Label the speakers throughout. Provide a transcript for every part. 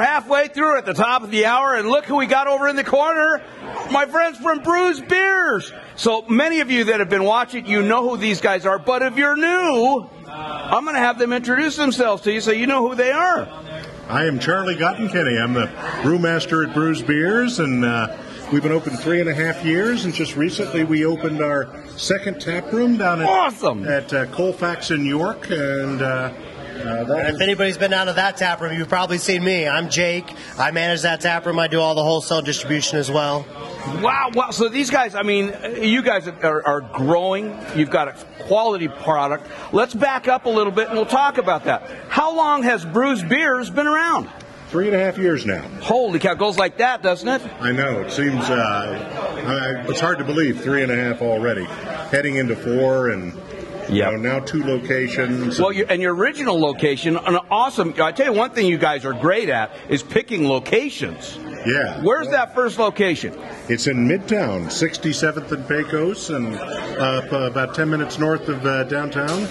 Speaker 1: halfway through at the top of the hour, and look who we got over in the corner. My friends from Brews Beers. So many of you that have been watching, you know who these guys are, but if you're new, I'm going to have them introduce themselves to you so you know who they are.
Speaker 2: I am Charlie Gottenkenny. I'm the brewmaster at Brews Beers, and uh, we've been open three and a half years. And just recently, we opened our second tap room down at
Speaker 1: Awesome.
Speaker 2: at uh, Colfax in York, and. Uh, uh, that
Speaker 3: And
Speaker 2: is-
Speaker 3: if anybody's been down to that tap room, you've probably seen me. I'm Jake. I manage that tap room. I do all the wholesale distribution as well.
Speaker 1: Wow, wow. So these guys, I mean, you guys are, are growing. You've got a quality product. Let's back up a little bit and we'll talk about that. How long has Brews Beers been around?
Speaker 2: three and a half years now.
Speaker 1: Holy cow, it goes like that, doesn't it?
Speaker 2: I know it seems uh, I, I- it's hard to believe three and a half already, heading into four, and you
Speaker 1: Yeah.
Speaker 2: know, now two locations.
Speaker 1: Well, your, and your original location, an awesome. I tell you one thing you guys are great at is picking locations.
Speaker 2: yeah,
Speaker 1: Where's that first location?
Speaker 2: It's in Midtown, 67th and Pecos, and up uh, about 10 minutes north of uh, downtown.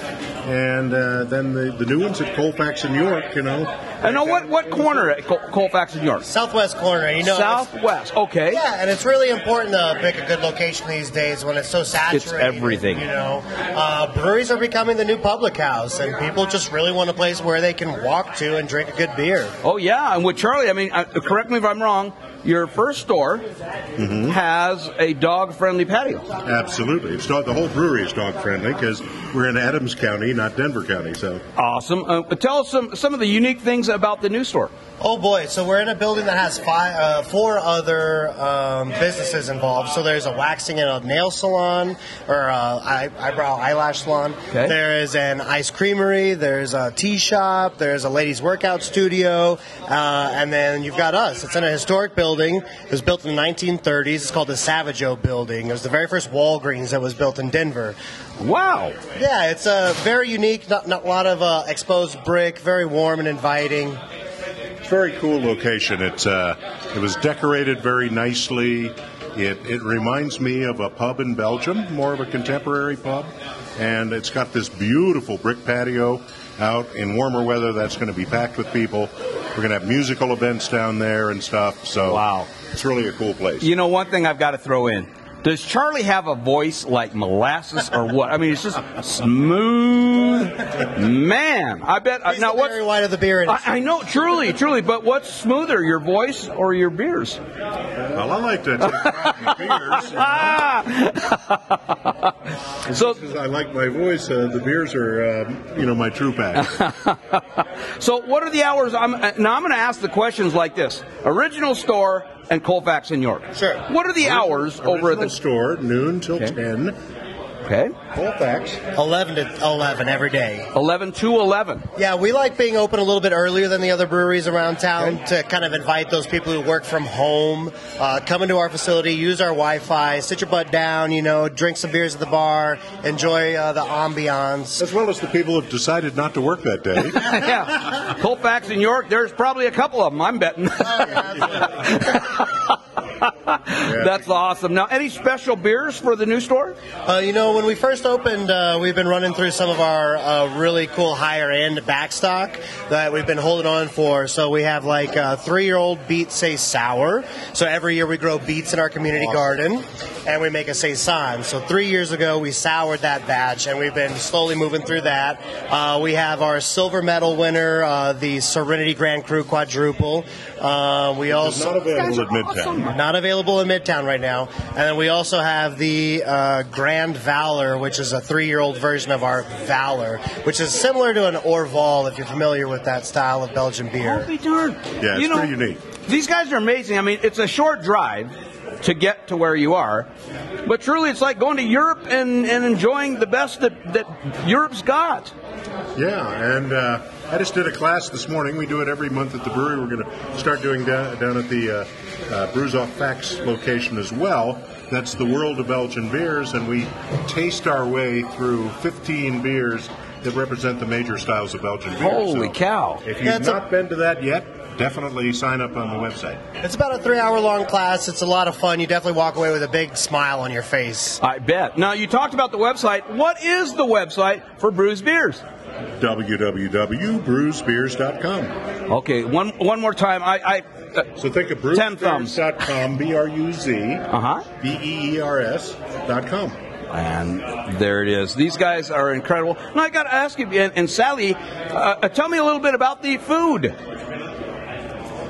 Speaker 2: And uh, then the, the new ones at Colfax and York, you know.
Speaker 1: And now what, what corner at Col- Colfax and York?
Speaker 3: Southwest corner, you know. it's-
Speaker 1: Southwest. Okay.
Speaker 3: Yeah, and it's really important to pick a good location these days when it's so saturated.
Speaker 1: everything.
Speaker 3: You know, uh, breweries are becoming the new public house, and people just really want a place where they can walk to and drink a good beer.
Speaker 1: Oh yeah, and with Charlie, I mean, uh, correct me if I'm wrong. Your first store
Speaker 3: Mm-hmm.
Speaker 1: has a dog-friendly patio.
Speaker 2: Absolutely. It's dog, the whole brewery is dog friendly because we're in Adams County, not Denver County. So
Speaker 1: Awesome. Uh, tell us some some of the unique things about the new store.
Speaker 3: Oh boy! So we're in a building that has five, uh, four other um, businesses involved. So there's a waxing and a nail salon, or a eye, eyebrow eyelash salon.
Speaker 1: Okay.
Speaker 3: There is an ice creamery. There's a tea shop. There's a ladies workout studio, uh, and then you've got us. It's in a historic building. It was built in the 1930s. It's called the Savageau Building. It was the very first Walgreens that was built in Denver.
Speaker 1: Wow.
Speaker 3: Yeah, it's a uh, very unique. Not, not a lot of uh, exposed brick. Very warm and inviting.
Speaker 2: it's a very cool location. It's uh, It was decorated very nicely. It, it reminds me of a pub in Belgium, more of a contemporary pub. And it's got this beautiful brick patio out in warmer weather that's going to be packed with people. We're going to have musical events down there and stuff. So
Speaker 1: Wow.
Speaker 2: it's really a cool place.
Speaker 1: You know, one thing I've got to throw in. Does Charlie have a voice like molasses or what? I mean, it's just smooth, man. I bet. uh,
Speaker 3: He's
Speaker 1: now
Speaker 3: the
Speaker 1: what?
Speaker 3: Barry White of the beer industry.
Speaker 1: I, I know, truly, truly. But what's smoother, your voice or your beers?
Speaker 2: Well, I like to take pride in my beers. you know.
Speaker 1: Ah! So,
Speaker 2: Because I like my voice, uh, the beers are, um, you know, my true pack.
Speaker 1: So, what are the hours? I'm, uh, now, I'm going to ask the questions like this: Original store and Colfax in York.
Speaker 3: Sure.
Speaker 1: What are the hours over at
Speaker 2: Original
Speaker 1: the?
Speaker 2: store, noon till
Speaker 1: Okay.
Speaker 2: 10.
Speaker 1: Okay,
Speaker 2: Colfax.
Speaker 3: 11 to 11 every day.
Speaker 1: eleven to eleven.
Speaker 3: Yeah, we like being open a little bit earlier than the other breweries around town to kind of invite those people who work from home, uh, come into our facility, use our Wi Fi, sit your butt down, you know, drink some beers at the bar, enjoy uh, the ambiance.
Speaker 2: As well as the people who have decided not to work that day.
Speaker 1: yeah, Colfax in York. There's probably a couple of them. I'm betting. That's awesome. Now, any special beers for the new store?
Speaker 3: Uh, you know, when we first opened, uh, we've been running through some of our uh, really cool higher end backstock that we've been holding on for. So we have like uh, three year old beets say sour. So every year we grow beets in our community garden and we make a saison. So three years ago we soured that batch and we've been slowly moving through that. Uh, we have our silver medal winner, uh, the Serenity Grand Cru quadruple. Uh, we also
Speaker 2: not available at Midtown.
Speaker 3: not available in Midtown right now. And then we also have the uh, Grand Valor, which is a three year old version of our Valor, which is similar to an Orval if you're familiar with that style of Belgian beer.
Speaker 1: Be darned.
Speaker 2: Yeah, it's
Speaker 1: you know,
Speaker 2: pretty unique.
Speaker 1: These guys are amazing. I mean, it's a short drive to get to where you are, but truly, it's like going to Europe and, and enjoying the best that, that Europe's got.
Speaker 2: Yeah, and uh, I just did a class this morning. We do it every month at the brewery. We're going to start doing down, down at the uh, uh, Brews Off Facts location as well. That's the world of Belgian beers, and we taste our way through 15 beers that represent the major styles of Belgian beer.
Speaker 1: Holy cow.
Speaker 2: If you've
Speaker 3: Yeah, it's a-
Speaker 2: not been to that yet, definitely sign up on the website.
Speaker 3: It's about a three hour long class. It's a lot of fun. You definitely walk away with a big smile on your face.
Speaker 1: I bet. Now, you talked about the website. What is the website for Brews Beers?
Speaker 2: www.brewsbeers.com.
Speaker 1: Okay, one one more time. I, I uh
Speaker 2: So think of
Speaker 1: Ten thumbs.
Speaker 2: brewsbeers.com, B R U Z
Speaker 1: huh.
Speaker 2: B E E R S dot com.
Speaker 1: And there it is. These guys are incredible. And I got to ask you, and, and Sally, uh, uh, tell me a little bit about the food.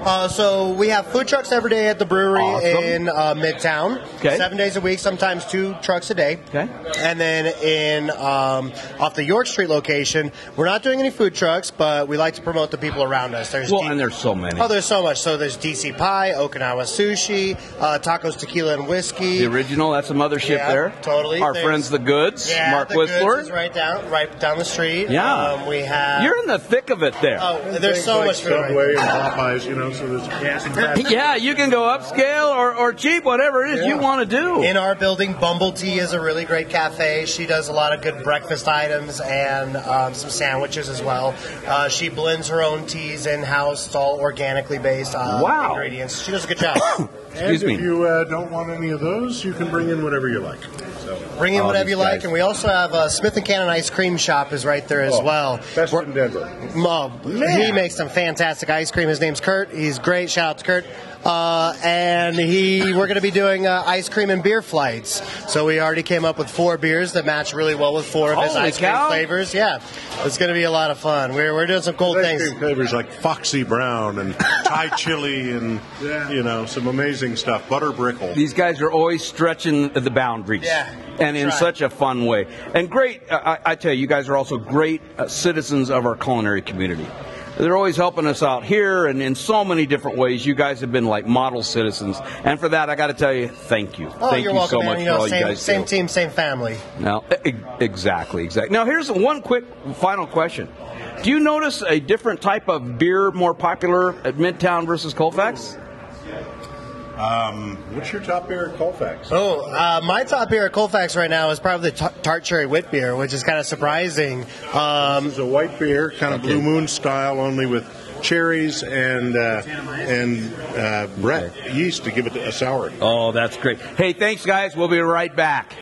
Speaker 3: Uh, so we have food trucks every day at the brewery
Speaker 1: Awesome.
Speaker 3: in uh, Midtown.
Speaker 1: Okay.
Speaker 3: Seven days a week, sometimes two trucks a day.
Speaker 1: Okay.
Speaker 3: And then in um, off the York Street location, we're not doing any food trucks, but we like to promote the people around us. There's
Speaker 1: Well,
Speaker 3: D-
Speaker 1: and there's so many.
Speaker 3: Oh, there's so much. So there's DC Pie, Okinawa Sushi, uh, Tacos Tequila and Whiskey.
Speaker 1: The original, that's a mothership
Speaker 3: Yeah,
Speaker 1: there.
Speaker 3: totally.
Speaker 1: Our
Speaker 3: There's-
Speaker 1: friends, the Goods,
Speaker 3: yeah,
Speaker 1: Mark
Speaker 3: the Goods
Speaker 1: Whistler.
Speaker 3: is right down, right down the street.
Speaker 1: Yeah.
Speaker 3: Um, we have.
Speaker 1: You're in the thick of it there.
Speaker 3: oh, there's so
Speaker 2: Like
Speaker 3: much food. right
Speaker 2: Subway and Popeyes, you know, so there's some fast
Speaker 1: yeah, you can go upscale or, or cheap, whatever it is you want to do.
Speaker 3: In our building, Bumble Tea is a really great cafe. She does a lot of good breakfast items and um, some sandwiches as well. Uh, she blends her own teas in house. It's all organically based on
Speaker 1: Wow.
Speaker 3: ingredients. She does a good job.
Speaker 2: And
Speaker 1: Excuse
Speaker 2: if
Speaker 1: me.
Speaker 2: you uh, don't want any of those, you can bring in whatever you like. So,
Speaker 3: Bring in
Speaker 1: Oh,
Speaker 3: whatever
Speaker 1: these
Speaker 3: you like.
Speaker 1: guys.
Speaker 3: And we also have a Smith and Cannon ice cream shop is right there as
Speaker 2: Oh,
Speaker 3: well.
Speaker 2: Best
Speaker 3: We're-
Speaker 2: in Denver.
Speaker 3: Mo, he makes some fantastic ice cream. His name's Kurt. He's great. Shout out to Kurt. Uh, and he, we're going to be doing uh, ice cream and beer flights. So we already came up with four beers that match really well with four of his
Speaker 1: Holy
Speaker 3: ice cream
Speaker 1: cow.
Speaker 3: flavors. Yeah, it's going to be a lot of fun. We're, we're doing some cool
Speaker 2: Ice
Speaker 3: things.
Speaker 2: cream flavors like Foxy Brown and Thai chili and, you know, some amazing stuff. Butter brickle.
Speaker 1: These guys are always stretching the boundaries.
Speaker 3: Yeah,
Speaker 1: And in
Speaker 3: that's right.
Speaker 1: such a fun way. And great, uh, I, I tell you, you guys are also great uh, citizens of our culinary community. They're always helping us out here and in so many different ways. You guys have been like model citizens. And for that, I got to tell you, thank you.
Speaker 3: Oh,
Speaker 1: thank
Speaker 3: you're
Speaker 1: you so
Speaker 3: welcome, man.
Speaker 1: much
Speaker 3: you
Speaker 1: for
Speaker 3: know,
Speaker 1: all
Speaker 3: same,
Speaker 1: you guys
Speaker 3: same
Speaker 1: do.
Speaker 3: team, same family.
Speaker 1: Now, e- exactly, exactly. Now, here's one quick final question. Do you notice a different type of beer more popular at Midtown versus Colfax?
Speaker 2: Um, what's your top beer at Colfax?
Speaker 3: Oh, uh, my top beer at Colfax right now is probably the t- tart cherry wit beer, which is kind of surprising. Um,
Speaker 2: It's a white beer, kind of blue moon style, only with cherries and uh, and uh, Brett yeast to give it a sour.
Speaker 1: Oh, that's great. Hey, thanks, guys. We'll be right back.